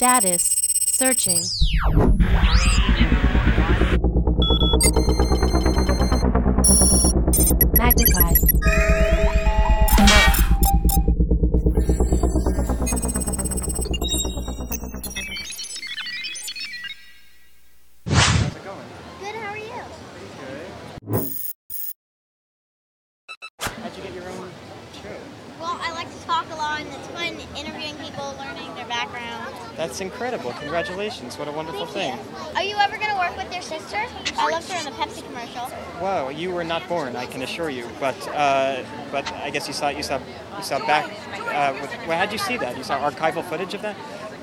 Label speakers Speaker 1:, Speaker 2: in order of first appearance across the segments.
Speaker 1: Status searching. Magnified.
Speaker 2: Good, how are you?
Speaker 3: How'd you get your own show?
Speaker 2: Well, I like to talk a lot and it's fun interviewing people, learning their background.
Speaker 3: That's incredible. Congratulations. What a wonderful thing.
Speaker 2: Are you ever going to work with your sister? I loved her in the Pepsi commercial.
Speaker 3: Wow, you were not born, I can assure you. But uh, but I guess you saw you saw you saw back. Uh, with, well, how'd you see that? You saw archival footage of that.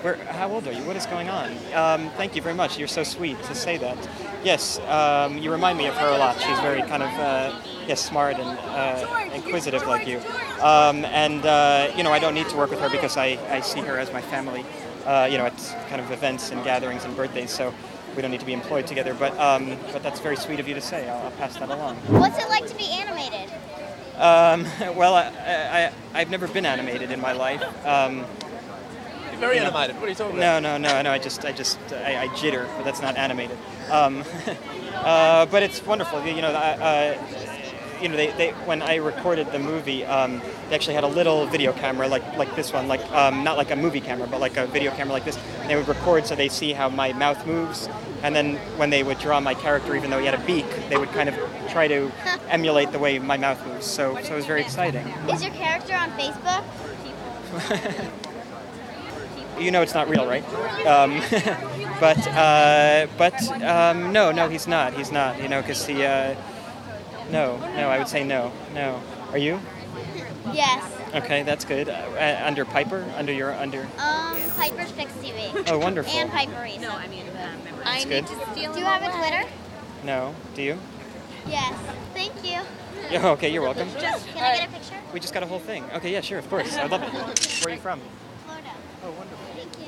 Speaker 3: Where, how old are you? What is going on? Um, thank you very much. You're so sweet to say that. Yes, um, you remind me of her a lot. She's very kind of uh, yes, smart and uh, inquisitive like you. Um, and uh, you know, I don't need to work with her because I, I see her as my family. Uh, you know, at kind of events and gatherings and birthdays. So we don't need to be employed together. But um, but that's very sweet of you to say. I'll, I'll pass that along.
Speaker 2: What's it like to be animated?
Speaker 3: Um, well, I, I I've never been animated in my life. Um,
Speaker 4: You're very animated. What are you talking about?
Speaker 3: no, no, no, no. I just I just I, I jitter, but that's not animated. Um, uh, but it's wonderful. You know, I- uh, you know, they, they when I recorded the movie, um, they actually had a little video camera like like this one, like um, not like a movie camera, but like a video camera like this. And they would record so they see how my mouth moves, and then when they would draw my character, even though he had a beak, they would kind of try to emulate the way my mouth moves. So so it was very exciting.
Speaker 2: Is your character on Facebook?
Speaker 3: you know it's not real, right? Um, but uh, but um, no, no, he's not. He's not. You know, because he. Uh, no, no, I would say no, no. Are you?
Speaker 2: Yes.
Speaker 3: Okay, that's good. Uh, uh, under Piper, under your under.
Speaker 2: Um, Piper's Fix TV.
Speaker 3: Oh, wonderful.
Speaker 2: And Piper Reese.
Speaker 5: No, I mean, um,
Speaker 3: That's good.
Speaker 2: Do you have a Twitter?
Speaker 3: No, do you?
Speaker 2: Yes. Thank you.
Speaker 3: Yeah. Okay, you're welcome.
Speaker 2: Can I get a picture?
Speaker 3: We just got a whole thing. Okay, yeah, sure, of course. I love it. Where are you from?
Speaker 2: Florida.
Speaker 3: Oh, wonderful.
Speaker 2: Thank you.